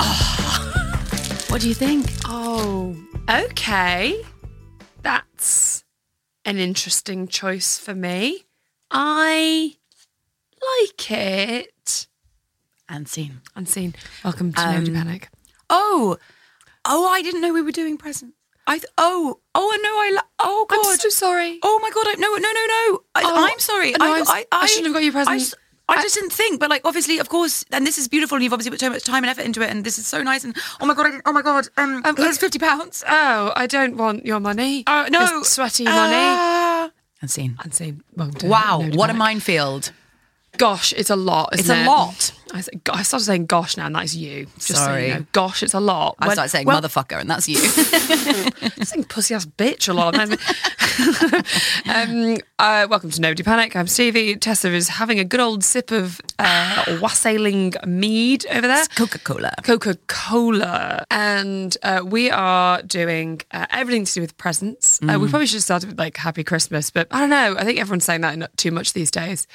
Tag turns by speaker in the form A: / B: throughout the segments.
A: Ah.
B: What do you think?
C: Oh, okay. That's an interesting choice for me. I like it.
B: And scene.
C: Unseen. Welcome to
B: Um,
C: Nobody Panic. Oh, oh, I didn't know we were doing presents.
B: I th- oh oh no I lo- oh god
C: I'm so sorry.
B: oh my god I, no no no no I,
C: Oh,
B: I'm sorry
C: no, I'm s- I shouldn't have got you
B: I
C: present.
B: s- I,
C: I-
B: just didn't think but like obviously of course and this is beautiful and you've obviously put so much time and effort into it and this is so nice and oh my god I, oh my god um,
C: Um,
B: here's fifty pounds
C: Oh, I don't want your money.
B: oh no
C: Your sweaty money.
B: Ah.
D: and seen.
C: Unseen. Welcome to
D: Wow,
C: Nobody
D: what a
C: Panic.
D: minefield.
C: Gosh, it's a lot. Isn't
D: It's a
C: it?
D: lot.
C: I, s- I started saying gosh now, and that's you. Just So
D: Sorry.
C: you know. Gosh, it's a lot.
D: I
C: When-
D: started saying
C: well,
D: motherfucker, and that's you.
C: I'm saying pussy ass bitch a lot. And I'm- um, uh, welcome to Nobody Panic. I'm Stevie. Tessa is having a good old sip of uh, wassailing mead over there.
D: Coca Cola.
C: Coca Cola. And uh, we are doing uh, everything to do with presents. Uh,
D: Mm.
C: we probably should have started with like Happy Christmas, but I don't know. I think everyone's saying that not too much these days.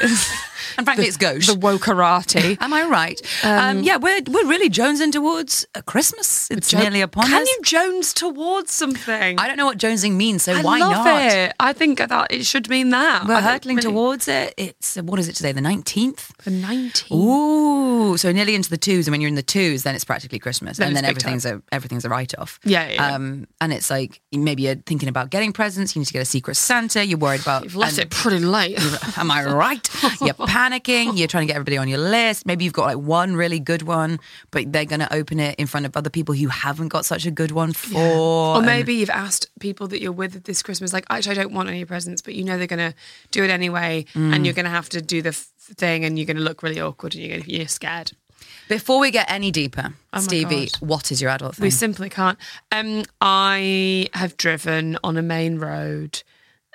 D: And frankly, it's gauche.
C: The wokarati.
D: Am I right? Um, yeah, we're we're really jonesing towards uh, Christmas. It's nearly upon
C: Can
D: us.
C: you Jones towards something?
D: I don't know what jonesing means, so
C: I
D: why
C: love
D: not?
C: it. I think that it should mean that.
D: We're
C: I don't
D: hurtling
C: really-
D: towards it. It's uh, what is it today? The nineteenth.
C: the 19th.
D: Ooh, so nearly into the twos, and when you're in the twos, then it's practically Christmas,
C: Then
D: and
C: it's
D: then
C: big time.
D: everything's a everything's a write off.
C: Yeah, yeah, yeah.
D: Um, and it's like maybe you're thinking about getting presents. You need to get a secret Santa. You're worried about.
C: You've left
D: and-
C: it pretty late.
D: Am I right? You're panicking. You're trying to get everybody on your list. Maybe you've got like one really good one, but they're going to open it in front of other people who haven't got such a good one for.
C: Or
D: and-
C: maybe you've asked people that you're with this Christmas, like, actually, I don't want any presents, but you know they're going to do it anyway,
D: Mm.
C: and you're going to have to do the f- thing, and you're going to look really awkward, and you're, gonna, you're scared.
D: Before we get any deeper,
C: Oh my
D: Stevie,
C: God.
D: what is your adult
C: We
D: thing?
C: simply can't. Um, I have driven on a main road.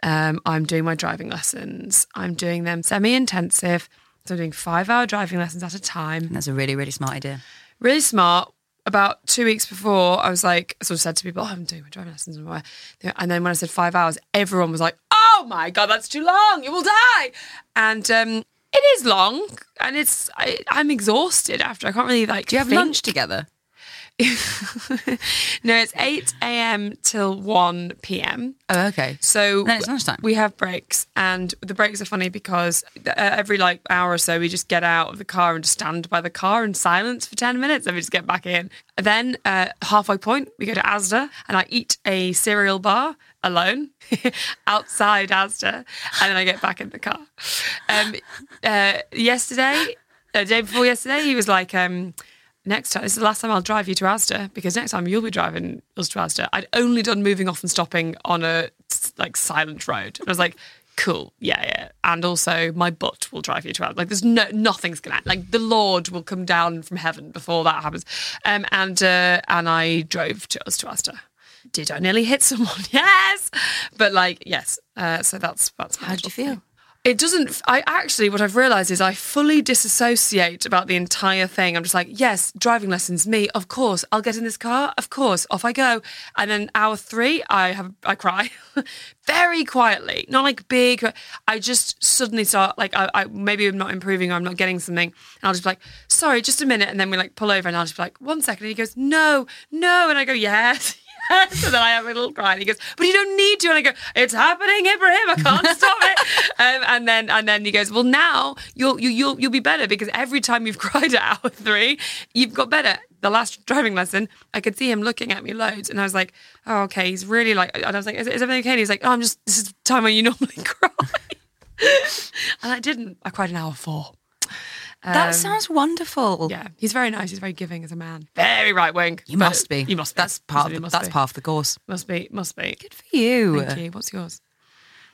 C: Um, I'm doing my driving lessons. I'm doing them semi-intensive. So I'm doing five-hour driving lessons at a time.
D: That's a really, really smart idea.
C: really smart. About two weeks before, I was like, I sort of said to people, oh, I'm doing my driving lessons. And why- and then when I said five hours, everyone was like, oh my God, that's too long. You will die. And um, it is long. And it's, I, I'm exhausted after. I can't really like.
D: Do you have
C: think.
D: lunch together?
C: no, it's 8 a.m. till 1 p.m.
D: Oh, okay.
C: So
D: Then it's lunchtime.
C: We have breaks, and the breaks are funny because uh, every like hour or so, we just get out of the car and just stand by the car in silence for ten minutes, and we just get back in. Then uh, halfway point, we go to ASDA, and I eat a cereal bar alone outside ASDA, and then I get back in the car. Um, uh, yesterday, the day before yesterday, he was like. Um, Next time, this is the last time I'll drive you to Asda because next time you'll be driving us to Asda. I'd only done moving off and stopping on a s- like silent road. And I was like, cool, yeah, yeah. And also, my butt will drive you to Asda. Like, there's no nothing's gonna like the Lord will come down from heaven before that happens. Um, and uh, and I drove to us to Asda. Did I nearly hit someone? Yes, but like yes. Uh, so that's that's.
D: How did you feel?
C: it doesn't i actually what i've realized is i fully disassociate about the entire thing i'm just like yes driving lessons me of course i'll get in this car of course off i go and then hour three i have i cry very quietly not like big i just suddenly start like I, I maybe i'm not improving or i'm not getting something and i'll just be like sorry just a minute and then we like pull over and i'll just be like one second and he goes no no and i go yes so then I have a little cry, and he goes, "But you don't need to." And I go, "It's happening, Ibrahim. I can't stop it." Um, and then, and then he goes, "Well, now you'll you, you'll you'll be better because every time you've cried at hour three, you've got better." The last driving lesson, I could see him looking at me loads, and I was like, "Oh, okay." He's really like, and I was like, "Is, is everything okay?" And he's like, "Oh, I'm just this is the time when you normally cry," and I didn't. I cried an hour four.
D: that sounds wonderful.
C: Um, Yeah, he's very nice. He's very giving as a man. Very right wing.
D: You must be.
C: You must. Be.
D: That's part.
C: Absolutely
D: Of the,
C: must
D: that's
C: be.
D: part of the course.
C: Must be. Must be.
D: Good for you.
C: Thank you. What's yours?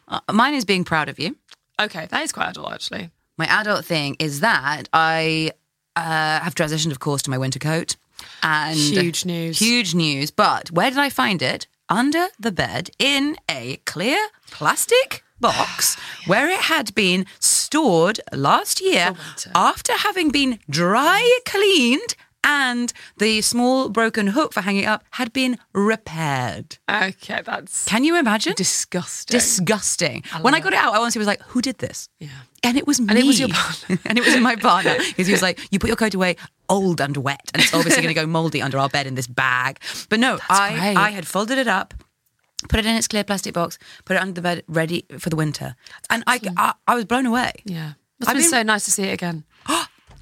D: Uh, mine is being proud of you.
C: Okay, that is quite adult actually.
D: My adult thing is that I uh, have transitioned, of course, to my winter coat. And
C: Huge news.
D: Huge news. But where did I find it? Under the bed in a clear plastic box where it had been stored last year after having been dry cleaned and the small broken hook for hanging it up had been repaired.
C: Okay, that's
D: Can you imagine?
C: disgusting.
D: disgusting. when I got it out, I honestly was like, "Who did this?" Yeah, and it was me.
C: it was your partner.
D: and it was my partner because he was like, "You put your coat away." Old and wet, and it's obviously going to go moldy under our bed in this bag. But no, I
C: great.
D: I had folded it up, put it in its clear plastic box, put it under the bed, ready for the winter, and I, I I was blown away.
C: yeah, must
D: I've
C: have been
D: been-
C: so nice to see it again.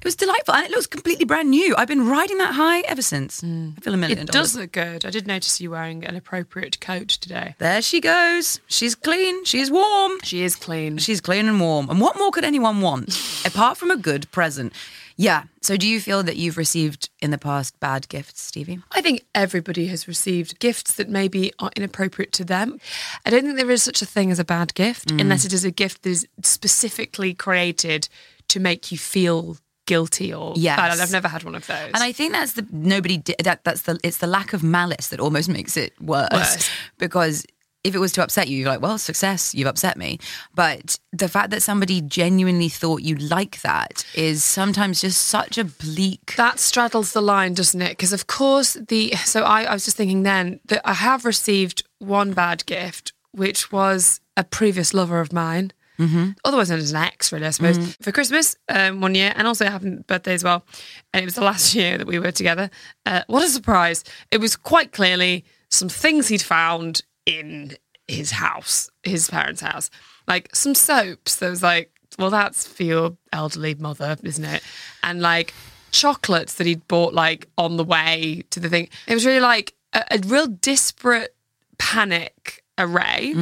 D: It was delightful, and it looks completely brand new. I've been riding that high ever since. I feel a million.
C: Mm. It
D: dollars.
C: does look good. I did notice you wearing an appropriate coat today.
D: There she goes. She's clean. She's warm.
C: She is clean.
D: She's clean and warm. And what more could anyone want apart from a good present? Yeah. So do you feel that you've received in the past bad gifts, Stevie?
C: I think everybody has received gifts that maybe are inappropriate to them. I don't think there is such a thing as a bad gift unless it is a gift that is specifically created to make you feel guilty or
D: Yes.
C: bad. And I've never had one of those.
D: And I think that's the nobody di- that that's the it's the lack of malice that almost makes it worse,
C: Worse.
D: because if it was to upset you, you're like, well, success, you've upset me. But the fact that somebody genuinely thought you like that is sometimes just such a bleak.
C: That straddles the line, doesn't it? Because of course the so I, I was just thinking then that I have received one bad gift, which was a previous lover of mine, mm-hmm. otherwise known as an ex, really, I suppose, for Christmas um, one year, and also it happened birthday as well. And it was the last year that we were together. Uh, what a surprise! It was quite clearly some things he'd found in his house, his parents' house, like some soaps. There was like well, that's for your elderly mother, isn't it? And like chocolates that he'd bought like on the way to the thing. It was really like a, a real disparate panic array.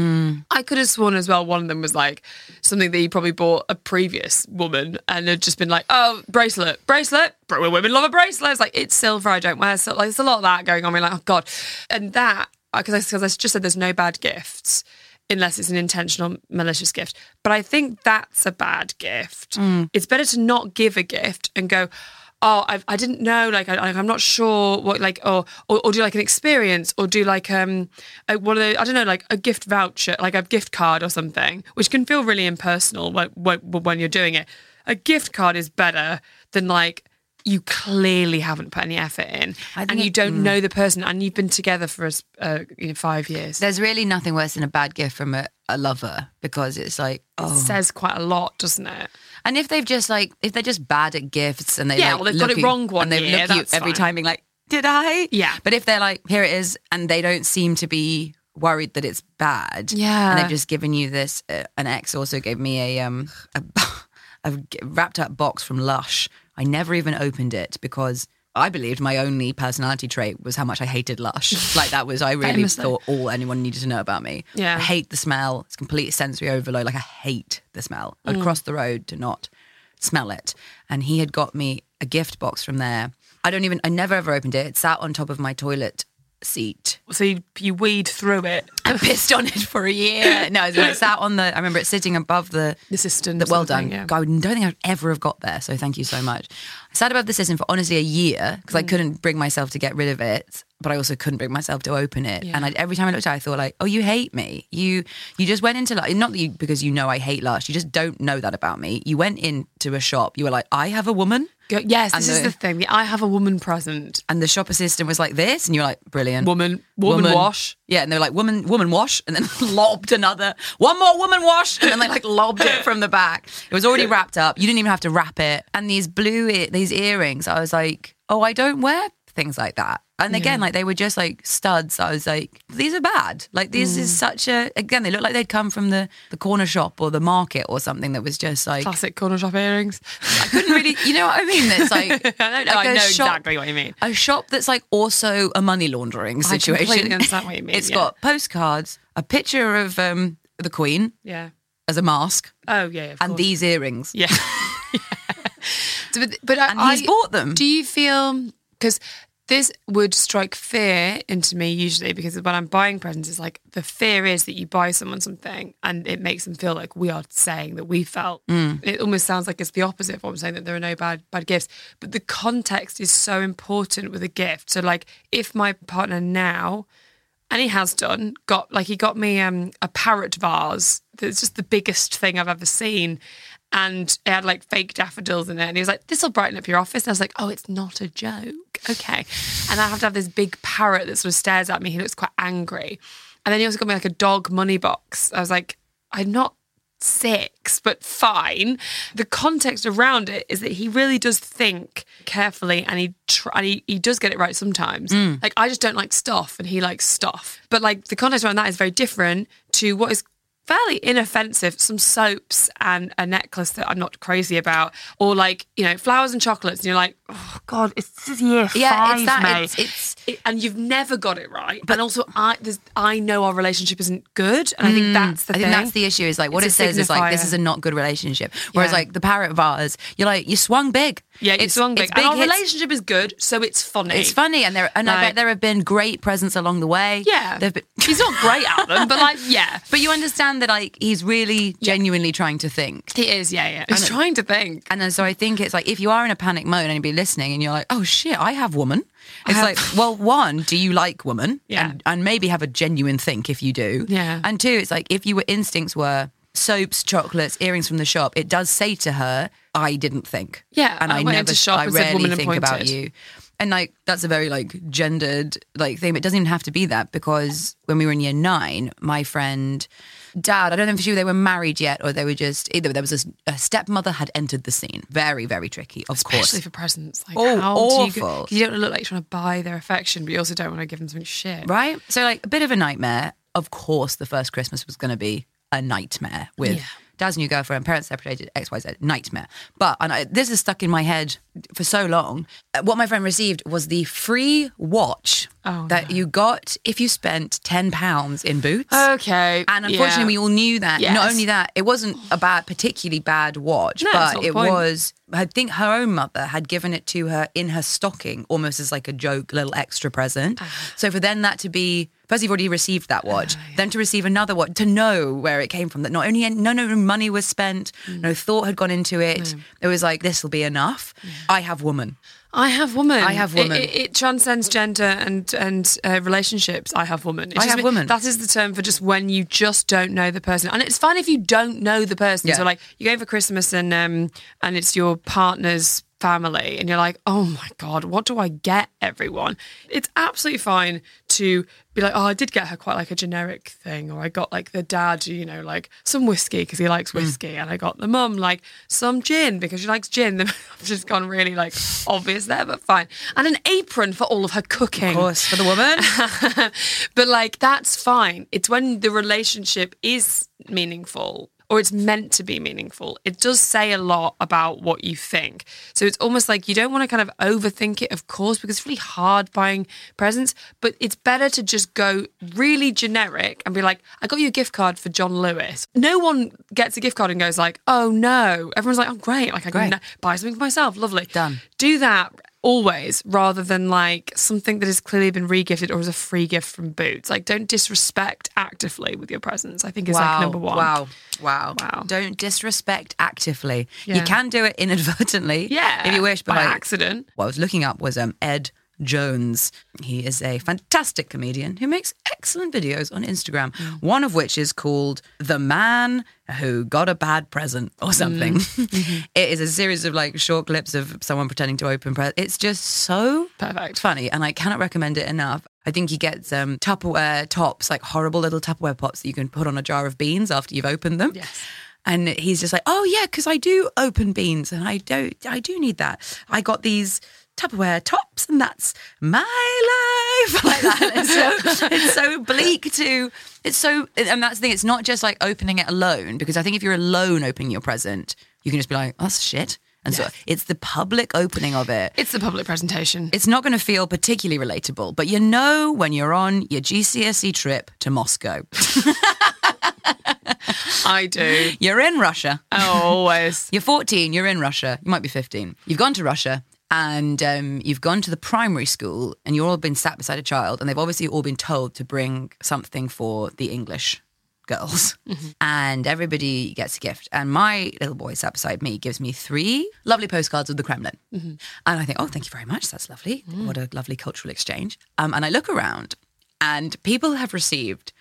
C: I could have sworn as well one of them was like something that he probably bought a previous woman and had just been like, oh, bracelet, bracelet. Bro- Women love a bracelet. It's like, it's silver, I don't wear silver. Like, there's a lot of that going on. We're like, oh, God. And that, because I, 'cause I just said there's no bad gifts unless it's an intentional malicious gift. But I think that's a bad gift. It's better to not give a gift and go, oh, I've, I didn't know, like, I, I'm not sure what, like, or, or or do like an experience, or do like um, a, one of the, I don't know, like a gift voucher, like a gift card or something, which can feel really impersonal when when, when you're doing it. A gift card is better than like. You clearly haven't put any effort in,
D: think
C: and you
D: it- mm.
C: don't know the person, and you've been together for uh, you know, five years.
D: There's really nothing worse than a bad gift from a, a lover because it's like, oh,
C: says quite a lot, doesn't it?
D: And if they've just like if they're just bad at gifts and they like,
C: Yeah, well, they've got
D: look
C: it
D: at-
C: wrong one
D: and they
C: year,
D: look at you
C: that's
D: every
C: fine.
D: time being like, did I?
C: Yeah.
D: But if they're like, here it is, and they don't seem to be worried that it's bad,
C: Yeah.
D: and they've just given you this. Uh, an ex also gave me a um a, a g- wrapped up box from Lush. I never even opened it because. I believed my only personality trait was how much I hated Lush. Like that was I really
C: Famously.
D: thought all anyone needed to know about me.
C: Yeah.
D: I hate the smell. It's complete sensory overload. Like I hate the smell.
C: Mm.
D: I'd cross the road to not smell it. And he had got me a gift box from there. I don't even I never ever opened it. It sat on top of my toilet seat.
C: So you, you weed through it.
D: I pissed on it for a year. No, it sat on the I remember it sitting above the
C: The system.
D: that well
C: sort
D: done.
C: of thing, yeah.
D: I don't think I'd ever have got
C: Mm.
D: there. So thank you so much. I sat above the system for honestly a year because I couldn't bring myself to get rid of it. but I also couldn't bring myself to open it. And I, every time I looked at it, I thought like, oh, you hate me. You you just went into like not that you because you know I hate Lush. You just don't know that about me. You went into a shop. You were like, I have a woman.
C: Go, yes,
D: And
C: this is
D: the-
C: the thing. I have a woman present.
D: And the shop assistant was like this, and you were like, brilliant.
C: Woman- woman wash.
D: Yeah, and they were like, woman, woman wash, and then lobbed another, one more woman wash, and then they like lobbed it from the back. It was already wrapped up. You didn't even have to wrap it. And these blue, ear- these earrings, I was like, oh, I don't wear things like that. And again, like they were just like studs. I was like, these are bad. Like this
C: Mm.
D: is such a again, they look like they'd come from the the corner shop or the market or something that was just like
C: Classic corner shop earrings.
D: I couldn't really, you know what I mean? It's like
C: I don't know.
D: like
C: I
D: a
C: know
D: shop-
C: exactly what you mean.
D: a shop that's like also a money laundering situation.
C: completely understand what you mean,
D: It's
C: yeah.
D: got postcards, a picture of um, the Queen
C: Yeah.
D: as a mask,
C: Oh yeah. Of
D: and
C: course.
D: these earrings.
C: Yeah. So, but but I,
D: And he's
C: I-
D: bought them.
C: Do you feel because this would strike fear into me usually because when I'm buying presents, it's like the fear is that you buy someone something and it makes them feel like we are saying that we felt.
D: Mm.
C: It almost sounds like it's the opposite of what I'm saying that there are no bad bad gifts, but the context is so important with a gift. So like if my partner now and he has done got like he got me um a parrot vase that's just the biggest thing i've ever seen and it had like fake daffodils in it and he was like this will brighten up your office and i was like oh it's not a joke okay and i have to have this big parrot that sort of stares at me he looks quite angry and then he also got me like a dog money box i was like i'm not six, but fine. The context around it is that he really does think carefully, and he tr- and he, he does get it right sometimes.
D: Mm.
C: Like I just don't like stuff, and he likes stuff. But like the context around that is very different to what is fairly inoffensive some soaps and a necklace that i'm not crazy about or like you know flowers and chocolates and you're like oh god it's this is year
D: Yeah,
C: five
D: it's that.
C: mate.
D: It's, it's
C: It- and you've never got it right but and also i there's, i know our relationship isn't good and i think that's the
D: Mm. I
C: thing
D: think that's the issue. Is like what
C: It's
D: it
C: a
D: says is like this
C: signifier.
D: is a not good relationship. Whereas
C: Yeah.
D: like the parrot vase, you're like you swung big.
C: Yeah,
D: it's,
C: it's swung big.
D: It's
C: and our
D: hits.
C: relationship is good, so it's funny.
D: It's funny, and there and I
C: Like-
D: bet there have been great presents along the way.
C: Yeah.
D: There've been-
C: He's not great at them, but like, yeah.
D: but you understand that like he's really genuinely trying to think.
C: He is, yeah, yeah. He's trying to think.
D: And then so I think it's like if you are in a panic mode and you'd be listening and you're like, oh shit, I have woman. It's like, well, one, do you like woman?
C: Yeah.
D: And, and maybe have a genuine think if you do.
C: Yeah.
D: And two, it's like if your instincts were soaps, chocolates, earrings from the shop, it does say to her, I didn't think.
C: Yeah,
D: And
C: I
D: I,
C: went
D: never,
C: into shop
D: I
C: and said,
D: rarely
C: "Woman and
D: think about
C: pointed."
D: you. And like that's a very like gendered like thing. But it doesn't even have to be that because when we were in year nine, my friend dad, I don't know if she they were married yet or they were just either there was a, a stepmother had entered the scene. Very very tricky, of
C: Especially
D: course.
C: for presents. Like,
D: Oh,
C: how do you go-
D: awful.
C: 'cause you, don't want to look like you're trying to buy their affection, but you also don't want to give them something shit.
D: right? So like a bit of a nightmare. Of course, the first Christmas was going to be a nightmare with dad's new girlfriend, parents separated, X Y Z, nightmare. But and I, this is stuck in my head for so long. Uh, What my friend received was the free watch that you got if you spent ten pounds in Boots.
C: Oh, Okay.
D: And unfortunately, we all knew that. Not
C: Yes.
D: only that, it wasn't a bad, particularly bad watch,
C: No,
D: but
C: that's not the
D: it
C: point.
D: was. I think her own mother had given it to her in her stocking, almost as like a joke, little extra present.
C: Ah.
D: So for then that to be. First, you've already received that watch. Then to receive another watch, to know where it came from. That not only no no money was spent,
C: Mm.
D: no thought had gone into it. It was like this will be enough. I have woman.
C: I have woman.
D: I have
C: It-
D: woman.
C: It, it transcends gender and and uh, relationships. I have woman. It
D: I
C: just
D: have
C: mean-
D: woman.
C: That is the term for just when you just don't know the person, and it's fine if you don't know the person.
D: Yeah.
C: So like you're going for Christmas and um and it's your partner's family, and you're like, oh my god, what do I get everyone? It's absolutely fine to be like, oh, I did get her quite like a generic thing, or I got like the dad, you know, like some whiskey because he likes whiskey, and I got the mum like some gin because she likes gin. I've just gone really like obvious there, but fine, and an apron for all of her cooking.
D: Of course, for the woman.
C: but like that's fine. It's when the relationship is meaningful or it's meant to be meaningful. It does say a lot about what you think. So it's almost like you don't want to kind of overthink it, of course, because it's really hard buying presents, but it's better to just go really generic and be like, I got you a gift card for John Lewis. No one gets a gift card and goes like, oh no. Everyone's like, oh great, like I
D: Great.
C: can n- buy something for myself. Lovely.
D: Done.
C: Do that always rather than like something that has clearly been regifted or is a free gift from Boots. Like don't disrespect actively with your presence. I think is like number one.
D: Wow. Wow.
C: Wow.
D: Don't disrespect actively. You
C: Yeah.
D: can do it inadvertently.
C: Yeah.
D: If you wish, but
C: by
D: like,
C: accident.
D: what I was looking up was um Ed Jones. He is a fantastic comedian who makes excellent videos on Instagram,
C: Mm.
D: one of which is called The Man Who Got a Bad Present
C: Mm.
D: or something.
C: Mm-hmm.
D: It is a series of like short clips of someone pretending to open presents. It's just so
C: Perfect.
D: funny, and I cannot recommend it enough. I think he gets um, Tupperware tops, like horrible little Tupperware pops that you can put on a jar of beans after you've opened them. Yes. And he's just like, oh yeah, because I do open beans, and I don't, I do need that. I got these Tupperware tops, and that's my life. Like that. It's so, it's so bleak to. It's so, and that's the thing. It's not just like opening it alone, because I think if you're alone opening your present, you can just be like, oh, that's shit. And so it's the public opening of it
C: It's the public presentation.
D: it's not going to feel particularly relatable, but you know when you're on your GCSE E trip to Moscow.
C: I do.
D: You're in Russia.
C: Always.
D: You're 14, you're in Russia. You might be 15. You've gone to Russia and um, you've gone to the primary school and you've all been sat beside a child and they've obviously all been told to bring something for the English girls. And everybody gets a gift. And my little boy sat beside me gives me three lovely postcards of the Kremlin. And I think, oh, thank you very much. That's lovely. What a lovely cultural exchange. Um, and I look around and people have received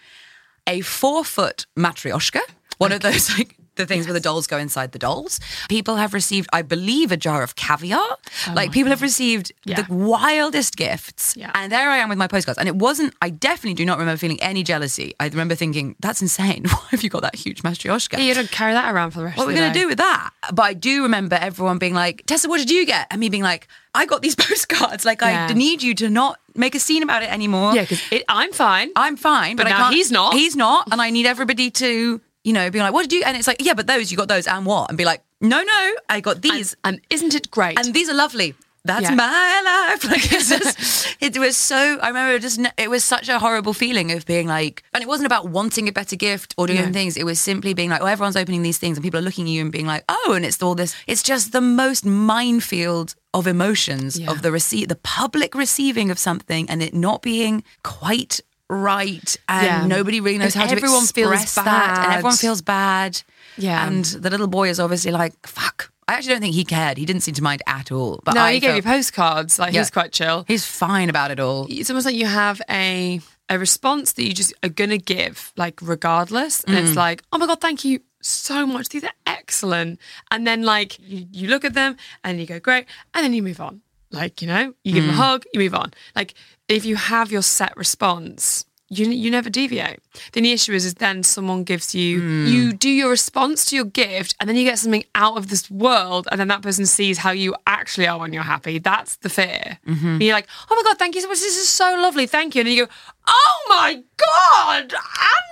D: a four foot matryoshka, one of those like the things where the dolls go inside the dolls. People have received, I believe, a jar of caviar.
C: Oh
D: like people have received the wildest gifts.
C: Yeah.
D: And there I am with my postcards. And it wasn't, I definitely do not remember feeling any jealousy. I remember thinking, that's insane. Why have you got that huge matryoshka?
C: You don't carry that around for the rest
D: what
C: of
D: are
C: the
D: we going to
C: day.
D: do with that? But I do remember everyone being like, Tessa, what did you get? And me being like, I got these postcards. Like, I
C: Yeah.
D: need you to not make a scene about it anymore.
C: Yeah, because I'm fine.
D: I'm fine, but,
C: But
D: I
C: now
D: can't.
C: he's not.
D: He's not, and I need everybody to, you know, be like, "What did you?" And it's like, "Yeah, but those you got those, and what?" And be like, "No, no, I got these,
C: and isn't it great?
D: and these are lovely. That's
C: Yeah.
D: my life." Like it's just, it was so. I remember just, it was such a horrible feeling of being like, and it wasn't about wanting a better gift or doing things. It was simply being like, "Oh, everyone's opening these things, and people are looking at you and being like, oh, and it's all this. It's just the most minefield." Of emotions of the receipt, the public receiving of something, and it not being quite right, and
C: Yeah.
D: nobody really knows
C: And
D: how to
C: everyone feels
D: express that, and
C: bad.
D: everyone feels bad.
C: Yeah.
D: and the little boy is obviously like, "Fuck." I actually don't think he cared. He didn't seem to mind at all. But
C: no,
D: I
C: he gave
D: felt-
C: you postcards. Like
D: Yeah.
C: he's quite chill.
D: He's fine about it all.
C: It's almost like you have a a response that you just are gonna give, like regardless. And it's like, oh my god, thank you so much. These are excellent. And then like you, you look at them and you go great, and then you move on. Like you know, you give them a hug, you move on. Like if you have your set response. You, you never deviate. Then the issue is, is then someone gives you
D: Hmm.
C: you do your response to your gift, and then you get something out of this world, and then that person sees how you actually are when you're happy. That's the fear.
D: Mm-hmm.
C: And You're like, oh my god, thank you so much. This is so lovely. Thank you. And then you go, oh my god,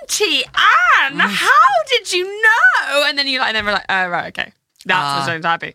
C: Auntie Anne,
D: Mm.
C: how did you know? And then you like, and then we're like, oh right, okay,
D: Ah.
C: that's what's happy.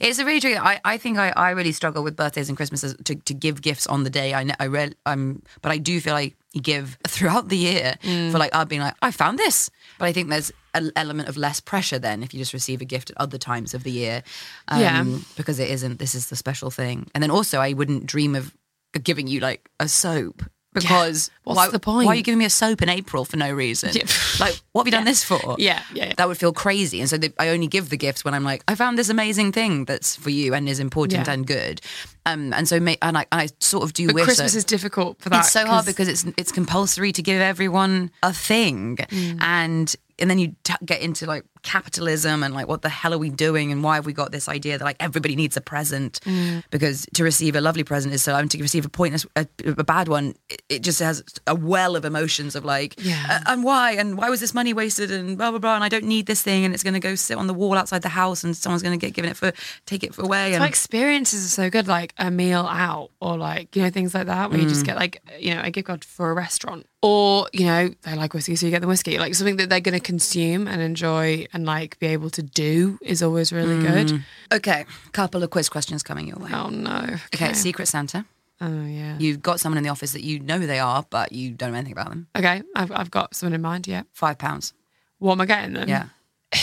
D: It's a really tricky. I, I think I, I really struggle with birthdays and Christmases to, to give gifts on the day. I kn- I re, I'm but I do feel I give throughout the year
C: Mm.
D: for like I've been like I found this, but I think there's an element of less pressure then if you just receive a gift at other times of the year, um,
C: Yeah.
D: because it isn't this is the special thing. And then also I wouldn't dream of giving you like a soap. Because
C: What's
D: why,
C: the
D: Why are you
C: point?
D: giving me a soap in April for no reason?
C: Yeah.
D: Like, what have you done this for?
C: Yeah, yeah, yeah.
D: that would feel crazy. And so they, I only give the gifts when I'm like, I found this amazing thing that's for you and is important
C: Yeah.
D: and good. Um, and so ma- and I, and I sort of do
C: But
D: wish
C: Christmas
D: that-
C: is difficult for that.
D: It's so hard because it's
C: Mm.
D: it's compulsory to give everyone a thing, and and then you t- get into like capitalism and like what the hell are we doing and why have we got this idea that like everybody needs a present
C: Mm.
D: because to receive a lovely present is so and to receive a pointless a, a bad one it, it just has a well of emotions of like
C: Yeah.
D: "Uh, and why and why was this money wasted and blah blah blah and I don't need this thing and it's going to go sit on the wall outside the house and someone's going to get given it for take it away and
C: My experiences are so good, like a meal out or like, you know, things like that, where you
D: Mm.
C: just get like, you know, a gift card for a restaurant. Or, you know, they like whiskey, so you get the whiskey. Like something that they're going to consume and enjoy and like be able to do is always really
D: Mm.
C: good.
D: okay couple of quiz questions coming your way
C: Oh, no.
D: okay, secret santa
C: Oh, yeah.
D: you've got someone in the office that you know who they are but you don't know anything about them
C: Okay. I've, I've got someone in mind. Yeah.
D: 5 pounds
C: What am I getting them?
D: Yeah.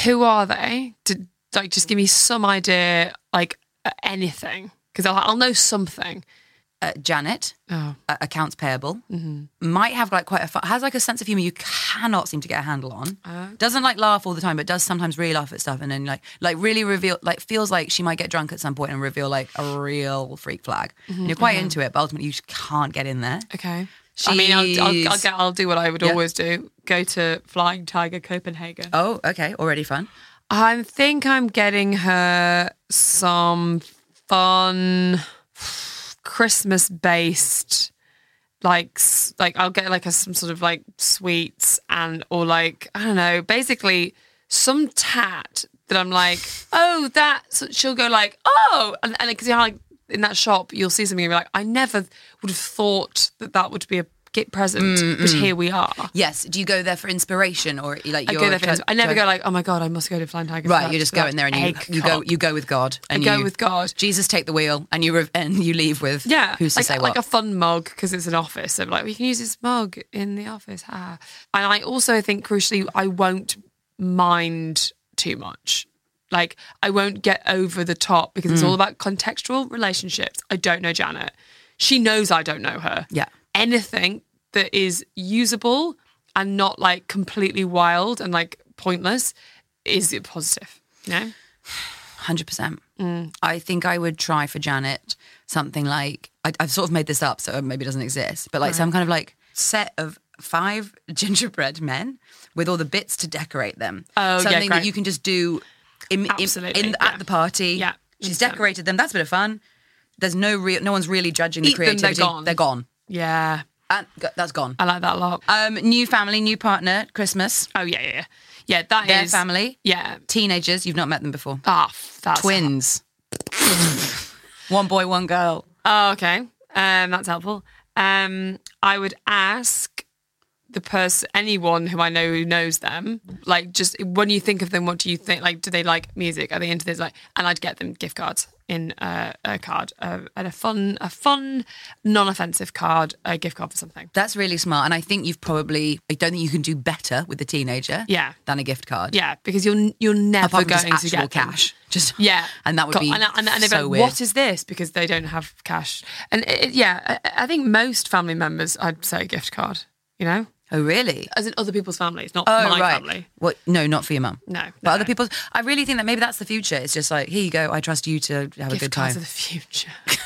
C: Who are they? To like, just give me some idea, like uh, anything, because I'll, I'll know something.
D: uh, Janet
C: Oh, Mm-hmm.
D: uh, accounts payable might have like quite a fu- has like a sense of humor you cannot seem to get a handle on.
C: Uh-huh.
D: Doesn't like laugh all the time, but does sometimes really laugh at stuff and then like like really reveal like feels like she might get drunk at some point and reveal like a real freak flag.
C: Mm-hmm.
D: And you're quite into it, but ultimately you just can't get in there.
C: okay. I mean, I'll, I'll, I'll,
D: She's-
C: get, I'll do what I would
D: Yeah.
C: always do go to Flying Tiger Copenhagen.
D: Oh, okay, already fun.
C: I think I'm getting her some fun Christmas based like s- like I'll get like a, some sort of like sweets and or like I don't know basically some tat that I'm like oh that so she'll go like oh and and because you know, like in that shop you'll see something and be like I never would have thought that that would be a gift present
D: Mm,
C: but here we are
D: Yes. Do you go there for inspiration or like
C: I
D: you're
C: go there for
D: try-
C: I never
D: try-
C: go like oh my god I must go to Flying Tiger for
D: Right,
C: that-
D: you just
C: for
D: go
C: that
D: in there and you,
C: egg
D: you go
C: cup."
D: you go with God and
C: go
D: you-
C: with God.
D: Jesus take the wheel and you re- and you leave with
C: Yeah,
D: who's to
C: like,
D: say
C: like
D: what
C: a fun mug because it's an office. So I'm like, we can use this mug in the office. Ah. And I also think crucially, I won't mind too much. Like I won't get over the top because
D: Mm.
C: it's all about contextual relationships. I don't know Janet. She knows I don't know her.
D: Yeah.
C: Anything that is usable and not like completely wild and like pointless is a positive. You know?
D: Hundred percent.
C: Mm.
D: I think I would try for Janet something like I, I've sort of made this up, so maybe it doesn't exist, but like some kind of like set of five gingerbread men with all the bits to decorate them.
C: Oh, yeah,
D: something that
C: great.
D: you can just do in, in-
C: Absolutely,
D: in-
C: yeah.
D: at the party.
C: Yeah,
D: she's
C: 100%.
D: decorated them. That's a bit of fun. There's no real, no one's really judging the
C: Eat them, they're
D: creativity.
C: gone.
D: They're gone.
C: Yeah.
D: And go- that's gone.
C: I like that a lot.
D: Um, new family, new partner, Christmas,
C: Oh yeah, yeah, yeah. Yeah, that is
D: their family,
C: Yeah.
D: teenagers. You've not met them before.
C: Ah, f- that's
D: Twins. one boy, one girl.
C: Oh, okay. Um, that's helpful. Um, I would ask the person, anyone who I know who knows them, like, just when you think of them, what do you think? Like, do they like music? Are they into this? Like, and I'd get them gift cards in uh, a card, uh, and a fun, a fun, non-offensive card, a gift card for something.
D: That's really smart. And I think you've probably, I don't think you can do better with a teenager
C: Yeah.
D: than a gift card.
C: Yeah, because you're you're never
D: Apart from
C: going
D: just actual
C: to get them.
D: cash. Just,
C: Yeah,
D: And that would
C: God,
D: be
C: and, and, and they'd be
D: so
C: like,
D: weird.
C: What is this? Because they don't have cash, and it, it- yeah, I, I think most family members, I'd say, a gift card. You know,
D: oh, really?
C: as in other people's families, not
D: Oh,
C: my
D: right.
C: family.
D: What? No, not for your mum.
C: No,
D: But
C: no,
D: other
C: no.
D: people's, I really think that maybe that's the future. It's just like, here you go. I trust you to have a
C: Gift
D: good
C: cards
D: time.
C: of the future.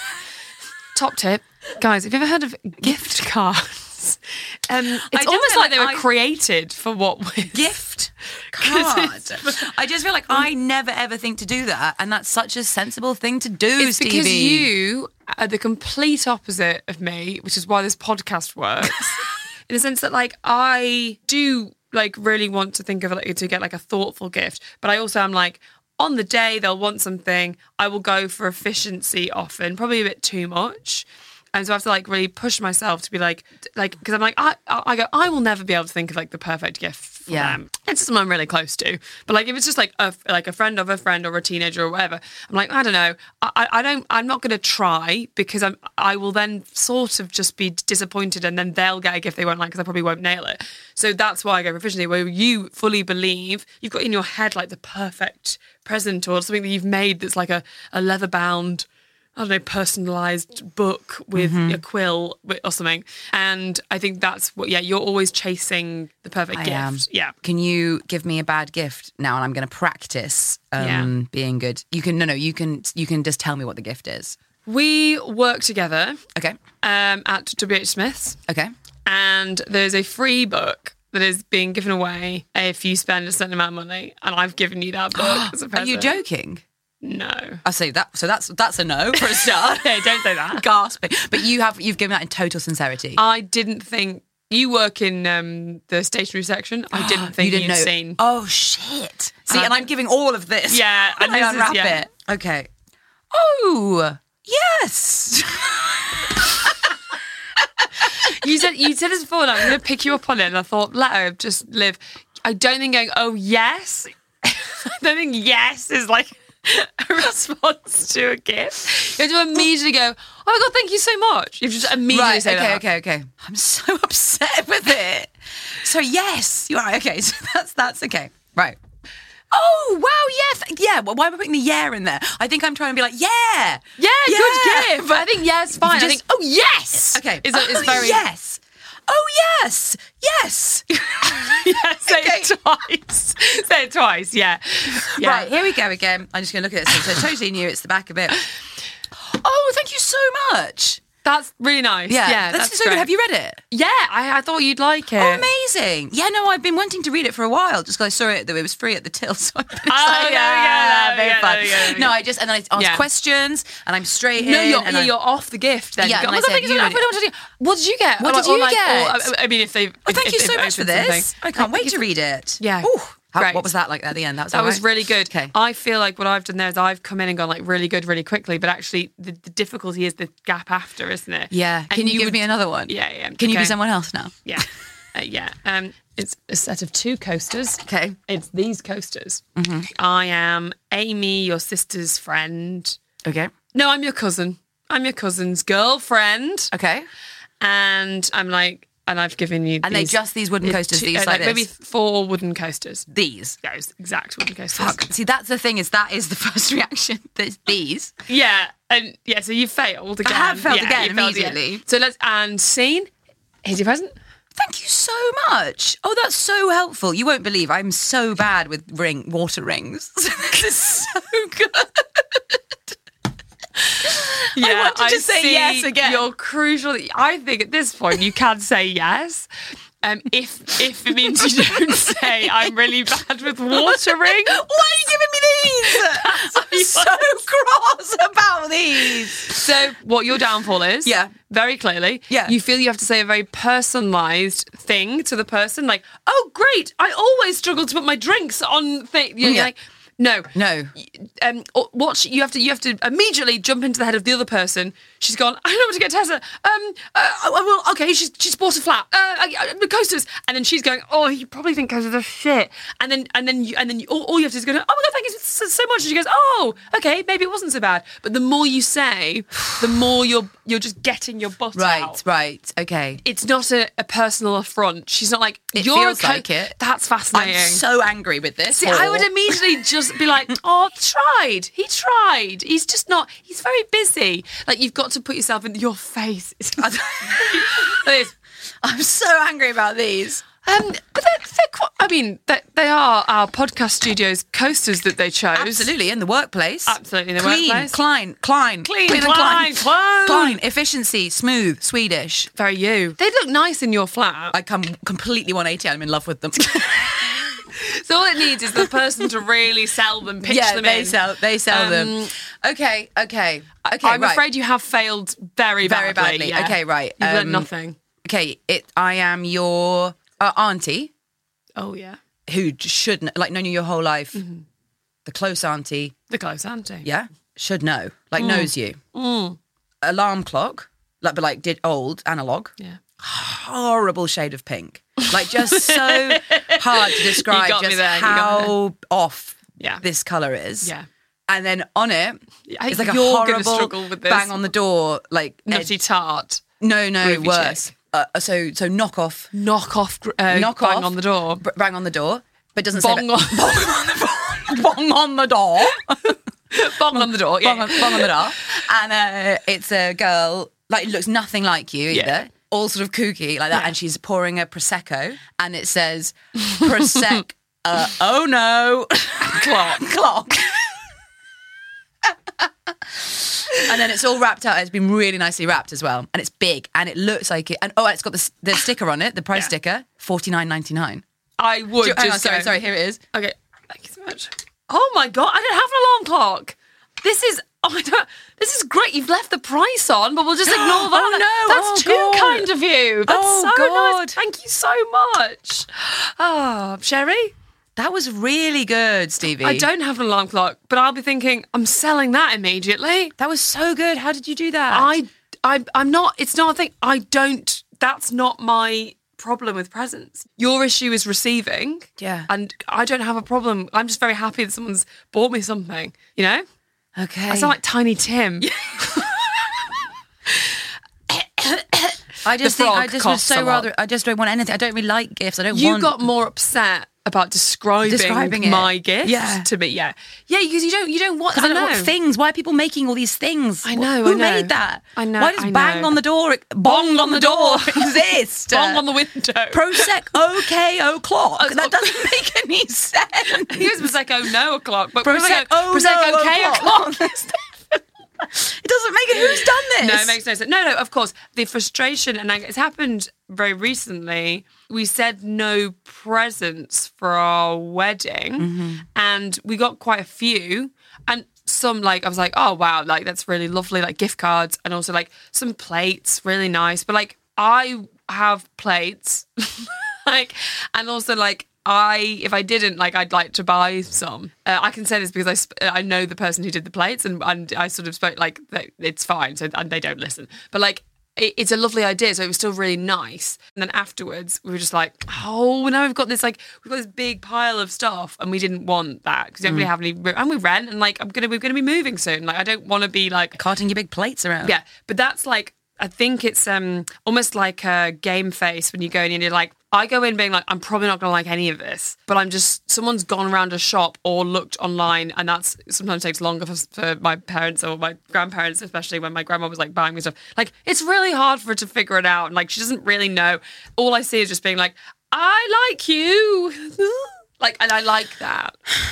C: Top tip, guys. Have you ever heard of gift cards? Um, it's
D: don't
C: almost
D: feel
C: like they were
D: like I-
C: created for what we
D: gift card.
C: 'Cause
D: I just feel like
C: Um,
D: I never ever think to do that. And that's such a sensible thing to do,
C: It's
D: Stevie.
C: because you are the complete opposite of me, which is why this podcast works. in the sense that, like, I do like really want to think of like to get like a thoughtful gift, but I also am like on the day they'll want something. I will go for efficiency often, probably a bit too much. And so I have to like really push myself to be like, like, because I'm like, I, I I go, I will never be able to think of like the perfect gift for
D: Yeah.
C: them. It's someone I'm really close to. But like, if it's just like a like a friend of a friend or a teenager or whatever, I'm like, I don't know. I, I- I don't. I'm not going to try because I'm. I will then sort of just be disappointed, and then they'll get a gift they won't like because I probably won't nail it. So that's why I go proficiently, where you fully believe you've got in your head like the perfect present or something that you've made that's like a a leather bound. I don't know, personalized book with
D: Mm-hmm.
C: a quill wi- or something. And I think that's what, yeah, you're always chasing the perfect
D: I
C: gift.
D: am.
C: Yeah.
D: Can you give me a bad gift now, and I'm going to practice um,
C: Yeah.
D: being good? You can. No, no. You can. You can just tell me what the gift is.
C: We work together
D: Okay.
C: um, at WH Smith's,
D: Okay.
C: and there's a free book that is being given away if you spend a certain amount of money, and I've given you that book as a
D: Are
C: present.
D: you joking?
C: No.
D: I say that. So that's that's a no for a start.
C: Okay, don't say that.
D: Gasping, but you have you've given that in total sincerity.
C: I didn't think you work in um, the stationery section. I didn't think
D: Ah, you didn't
C: would
D: know.
C: seen.
D: Oh shit! See,
C: I-
D: and I'm giving all of this.
C: Yeah, and
D: and I
C: this is-
D: unwrap
C: yeah.
D: it. Okay. Oh yes.
C: You said you said this before, and I'm going to pick you up on it. And I thought, let her just live. I don't think going, oh yes, I don't think yes is like a response to a gift. You have to immediately go, oh my god, thank you so much. You've just immediately
D: Right.
C: say
D: Okay.
C: that.
D: Okay. Okay. I'm so upset with it. So yes, you're right. Okay. So that's that's okay. Right. Oh wow! Yes. Yeah. Well, why am I putting the yeah in there? I think I'm trying to be like yeah.
C: Yeah, good gift. I think yes, fine. I
D: just-
C: think oh yes.
D: Okay.
C: is it's
D: Oh,
C: very
D: yes. Oh yes. Yes.
C: Yeah, say it twice. say it twice. Yeah. yeah.
D: Right, here we go again. I'm just going to look at this. So totally new. It's the back of it. Oh, thank you so much.
C: That's really nice. Yeah,
D: that's,
C: that's
D: so
C: great.
D: good. Have you read it?
C: Yeah, I, I thought you'd like it.
D: Oh, amazing. Yeah, no, I've been wanting to read it for a while just because I saw it that it was free at the till. So I've been just
C: Oh,
D: like,
C: there we go,
D: yeah,
C: there we
D: very
C: go,
D: fun.
C: there we go, there we
D: No,
C: go.
D: I just, and then I asked
C: Yeah.
D: questions and I'm straight
C: No,
D: in.
C: you're,
D: and
C: yeah,
D: I-
C: you're off the gift then.
D: Yeah,
C: You
D: and
C: go, "Oh
D: I
C: my God,
D: said,
C: thank you so
D: you
C: much.
D: read
C: I don't know What did you get? Oh,
D: What
C: Or
D: did
C: like- or
D: you
C: like- or,
D: get?
C: I- I mean, if they.
D: Oh, thank you so much for this. I can't wait to read it.
C: Yeah.
D: Ooh, how-
C: Great.
D: what was that like at the end? That was,
C: That
D: all
C: was
D: right?
C: really good.
D: Okay.
C: I feel like what I've done there is I've come in and gone like really good, really quickly. But actually, the, the difficulty is the gap after, isn't it?
D: yeah.
C: And
D: Can you, give
C: would-
D: me another one?
C: Yeah, yeah.
D: Can you do
C: okay.
D: someone else now?
C: Yeah, uh, yeah. Um, it's a set of two coasters.
D: Okay. Mm-hmm.
C: It's these coasters. I am Amy, your sister's friend.
D: Okay.
C: No, I'm your cousin. I'm your cousin's girlfriend.
D: Okay.
C: And I'm like, and I've given you.
D: And they
C: these,
D: just these wooden
C: uh,
D: coasters,
C: two-
D: these
C: uh,
D: like
C: maybe
D: this?
C: four wooden coasters.
D: These.
C: Those exact wooden coasters.
D: Fuck. See, that's the thing is that is the first reaction. That's these.
C: Yeah, and yeah. So you failed again.
D: have failed
C: Yeah,
D: again
C: you
D: immediately.
C: So let's and scene. Here's your present.
D: Thank you so much. Oh, that's so helpful. You won't believe I'm so bad with ring water rings. this is so good.
C: Yeah, I
D: want to just say
C: see
D: yes again.
C: You're crucial. I think at this point you can say yes. Um, if if it means you don't say I'm really bad with watering.
D: Why are you giving me these? I'm so cross about these.
C: So what your downfall is?
D: Yeah.
C: very clearly.
D: Yeah.
C: you feel you have to say a very personalised thing to the person, like, "Oh, great! I always struggle to put my drinks on." Thing. You're
D: Yeah.
C: like, no,
D: No.
C: um, or watch. You have to. You have to immediately jump into the head of the other person. She's gone. I don't know what to get Tessa. Um. Uh, oh, well, okay. She's she's bought a flat. Uh, uh, the coasters. And then she's going. Oh, you probably think coasters are shit. And then and then you and then you, all, all you have to do is go. Oh my god, thank you so, so much. And she goes. Oh, okay. Maybe it wasn't so bad. But the more you say, the more you're you're just getting your butt
D: Right,
C: out.
D: right. Okay.
C: It's not a, a personal affront. She's not like
D: It
C: you're
D: feels
C: a co-
D: like it.
C: That's
D: I'm
C: fascinating.
D: so angry with this.
C: See, I
D: whole-
C: would immediately just be like, "Oh, tried. He tried. He's just not. He's very busy. Like you've got to put yourself in your face." It's like this.
D: I'm so angry about these.
C: um, but they're, they're quite, I mean, they, they are our podcast studio's coasters that they chose.
D: Absolutely, in the workplace.
C: Absolutely in the
D: Clean,
C: workplace.
D: Klein, Klein,
C: Clean,
D: Clean and
C: Klein, Klein.
D: Klein, efficiency, smooth, Swedish.
C: very you. They look nice in your flat.
D: I come completely 180. I'm in love with them.
C: so all it needs is the person to really sell them, pitch
D: yeah,
C: them
D: they
C: in.
D: sell, they sell them.
C: Um,
D: Okay, okay, okay.
C: I'm
D: right.
C: afraid you have failed very
D: Very
C: badly.
D: badly.
C: yeah.
D: Okay, right,
C: You've learned
D: um,
C: nothing.
D: Okay, it. I am your uh, auntie
C: Oh yeah,
D: who j- should kn- like known you your whole life.
C: Mm-hmm.
D: The close auntie,
C: the close auntie.
D: yeah, should know, like knows you.
C: Mm.
D: Alarm clock, like but like did old analog.
C: yeah.
D: horrible shade of pink. Like just so hard to describe
C: got me
D: just
C: there, you got me
D: how off
C: Yeah.
D: this color is.
C: Yeah.
D: And then on it,
C: I
D: it's like
C: think
D: a
C: you're gonna
D: horrible
C: struggle with this.
D: bang on the door, like
C: Nutty
D: edge-
C: tart.
D: no, no,
C: groovy
D: worse.
C: chick.
D: Uh, so so knock off,
C: knock off, gr- uh,
D: knock
C: bang
D: off
C: on the door,
D: b- bang on the door, but doesn't say
C: bong
D: that-
C: on,
D: bong on the door,
C: bong on the door, yeah.
D: bong, on, bong on the door, and uh, it's a girl like looks nothing like you either.
C: Yeah.
D: All sort of kooky like that, and she's pouring a prosecco, and it says prosecco. uh, oh no,
C: clock.
D: clock. and then it's all wrapped out. It's been really nicely wrapped as well, and it's big, and it looks like it. And oh, it's got the, s- the sticker on it, the price
C: Yeah.
D: sticker, forty nine ninety nine.
C: I would
D: Hang
C: just
D: on, sorry,
C: go-
D: sorry. Here it is.
C: Okay. Thank you so much. Oh my god, I don't have an alarm clock. This is oh, I don't, this is great. You've left the price on, but we'll just ignore
D: Oh,
C: that.
D: no.
C: That's
D: Oh,
C: too
D: God.
C: kind of you. That's
D: Oh,
C: so
D: God.
C: nice. Thank you so much. Oh, Sherry,
D: That was really good, Stevie.
C: I don't have an alarm clock, but I'll be thinking I'm selling that immediately.
D: That was so good. How did you do that?
C: I I I'm not. It's not a thing. I don't. That's not my problem with presents. Your issue is receiving.
D: Yeah.
C: And I don't have a problem. I'm just very happy that someone's bought me something. You know.
D: okay.
C: I sound like Tiny Tim.
D: I just
C: the
D: think I
C: frog
D: just would
C: coughs a
D: so
C: lot.
D: rather. I just don't want anything. I don't really like gifts. I don't
C: You
D: want.
C: got more upset about describing,
D: Describing it.
C: my gift
D: Yeah.
C: to me. Yeah. Yeah, because you don't you don't want
D: Because I don't
C: know.
D: want things. Why are people making all these things?
C: I know,
D: Who
C: I know.
D: made that?
C: I know,
D: Why does
C: I
D: bang
C: know.
D: on the door, bong on the door exist?
C: Bong on the window.
D: Prosec OK o'clock.
C: Oh,
D: That
C: oh.
D: doesn't make any sense.
C: He was Prosecco no o'clock, but
D: Prosecco
C: Prosecco,
D: oh, no
C: Prosecco okay
D: o'clock.
C: o'clock.
D: It doesn't make it. Who's done this?
C: No, it makes no sense. No, no, of course. The frustration and anger, it's happened very recently. We said no presents for our wedding, and we got quite a few. And some, like, I was like, oh, wow, like, that's really lovely, like gift cards, and also like some plates, really nice. But like, I have plates, like, and also like, I if I didn't like I'd like to buy some. Uh, I can say this because I sp- I know the person who did the plates and, and I sort of spoke like that it's fine so and they don't listen. But like it, it's a lovely idea so it was still really nice. And then afterwards we were just like oh now we've got this like we've got this big pile of stuff and we didn't want that because we don't really have any room and we rent and like I'm gonna we're gonna be moving soon like I don't want to be like
D: Carting your big plates around.
C: yeah, but that's like I think it's um almost like a game face when you go in and you're like I go in being like I'm probably not gonna like any of this, but I'm just someone's gone around a shop or looked online, and that's sometimes takes longer for, for my parents or my grandparents, especially when my grandma was like buying me stuff. Like it's really hard for her to figure it out, and like she doesn't really know. All I see is just being like I like you, like and I like that.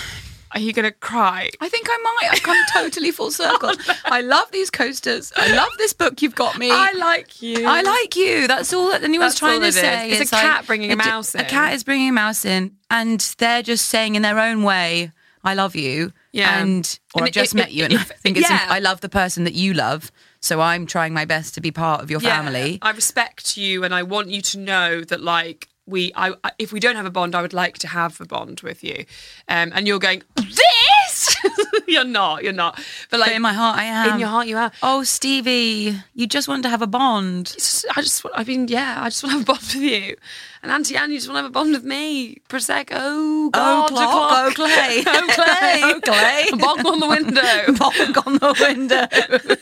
C: Are you gonna cry?
D: I think I might. I've come totally full circle. I love these coasters. I love this book you've got me.
C: I like you.
D: I like you. That's all that anyone's
C: That's
D: trying
C: all
D: to
C: it is.
D: say.
C: It's a
D: like-
C: cat bringing a
D: it's
C: mouse
D: A
C: in.
D: cat is bringing a mouse in, and they're just saying in their own way, "I love you."
C: Yeah.
D: And or
C: And
D: I've just
C: it-
D: met you, and I
C: if-
D: think it's.
C: yeah.
D: I love the person that you love, so I'm trying my best to be part of your
C: Yeah,
D: family.
C: I respect you, and I want you to know that, like, we, I, I- if we don't have a bond, I would like to have a bond with you. Um, and you're going, this? you're not, you're not. But like
D: But in my heart, I am.
C: In your heart, you are.
D: Oh, Stevie, you just wanted to have a bond.
C: It's just- I just, want, I mean, yeah, I just want to have a bond with you. And Auntie Anne, you just want to have a bond with me. Prosecco, oh, God,
D: clock, oh, clay.
C: oh, clay,
D: Oh, clay.
C: Bong on the window.
D: Bonk on the window.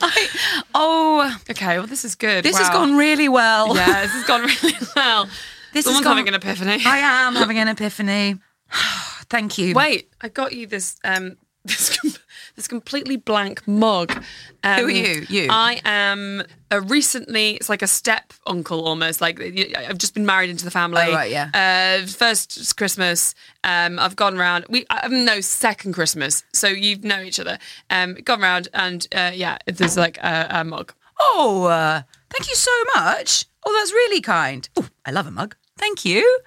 D: I, oh,
C: okay, well, this is good.
D: this has
C: Wow.
D: gone really well.
C: Yeah, this has gone really well.
D: This has
C: Someone's
D: gone-
C: having an epiphany.
D: I am having an epiphany. Thank you.
C: Wait, I got you this um this com- this completely blank mug. Um,
D: Who are you? You.
C: I am a recently. It's like a step uncle almost. Like y- I've just been married into the family.
D: Oh, right,
C: yeah. Uh, first Christmas, um, I've gone round. We uh, no second Christmas. So you know each other. Um, gone round and uh, yeah, there's like a, a mug.
D: Oh, uh, thank you so much. Oh, that's really kind. Oh, I love a mug. Thank you.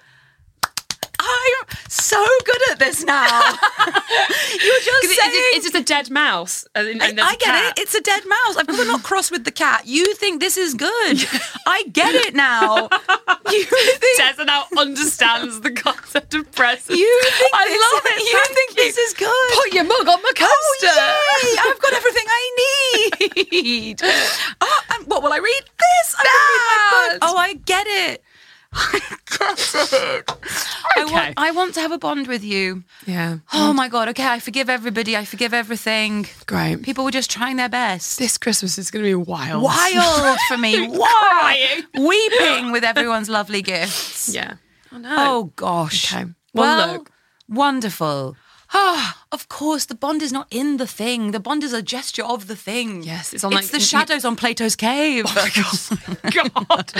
D: I'm so good at this now. You're just
C: 'Cause it-
D: saying.
C: it's, it's just a dead mouse. And, and
D: I,
C: there's a
D: I get
C: cat.
D: it. It's a dead mouse. I've got to not cross with the cat. You think this is good. I get it now. You think
C: Tessa now understands the concept of presents.
D: You think
C: I
D: this,
C: love it.
D: You
C: Thank
D: think this is good?
C: Put your mug on my coaster.
D: Oh, yay! I've got everything I need. oh, and what will I read? This. I can read my book.
C: That.
D: Oh, I get it. I get it. I
C: Okay.
D: want. I want to have a bond with you.
C: Yeah.
D: Oh my god. Okay, I forgive everybody. I forgive everything.
C: Great.
D: People were just trying their best.
C: This Christmas is going to be wild.
D: Wild for me. Wild.
C: Crying.
D: Weeping with everyone's lovely gifts.
C: Yeah.
D: Oh gosh.
C: Okay. Well, look.
D: Wonderful. Ah, Of course, the bond is not in the thing. The bond is a gesture of the thing.
C: Yes, it's on, like,
D: the
C: n-
D: shadows on Plato's cave. Oh,
C: God.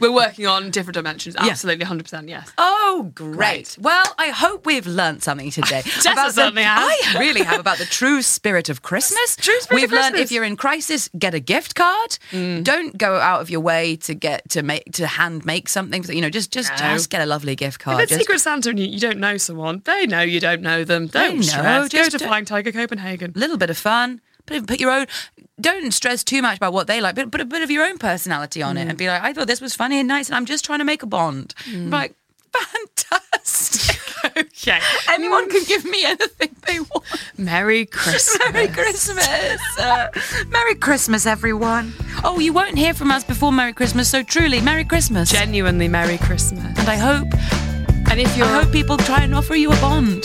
C: We're working on different dimensions. Absolutely, 100%. Yes.
D: Oh, great.
C: Great.
D: Well, I hope we've learnt something today.
C: Jess has
D: the,
C: certainly has.
D: I really have about the true spirit of Christmas.
C: True spirit
D: We've
C: of
D: learned if
C: Christmas. Mm.
D: you're in crisis, get a gift card. Don't go out of your way to get to make to hand make something. You know, just just just get a lovely gift card.
C: If it's
D: Just-
C: Secret Santa and you, you don't know someone, they know you don't know them. Don't
D: know,
C: stress. Go
D: just
C: to
D: do-
C: Flying Tiger Copenhagen.
D: little bit of fun. Put, put your own. Don't stress too much about what they like, but put a bit of your own personality on it, and be like, "I thought this was funny and nice, and I'm just trying to make a bond." Like, fantastic.
C: Okay.
D: Anyone can give me anything they want.
C: Merry Christmas.
D: Merry Christmas. Uh, Merry Christmas, everyone. Oh, you won't hear from us before Merry Christmas, so truly, Merry Christmas.
C: Genuinely Merry Christmas.
D: and I hope,
C: And if you're
D: I hope people try and offer you a bond.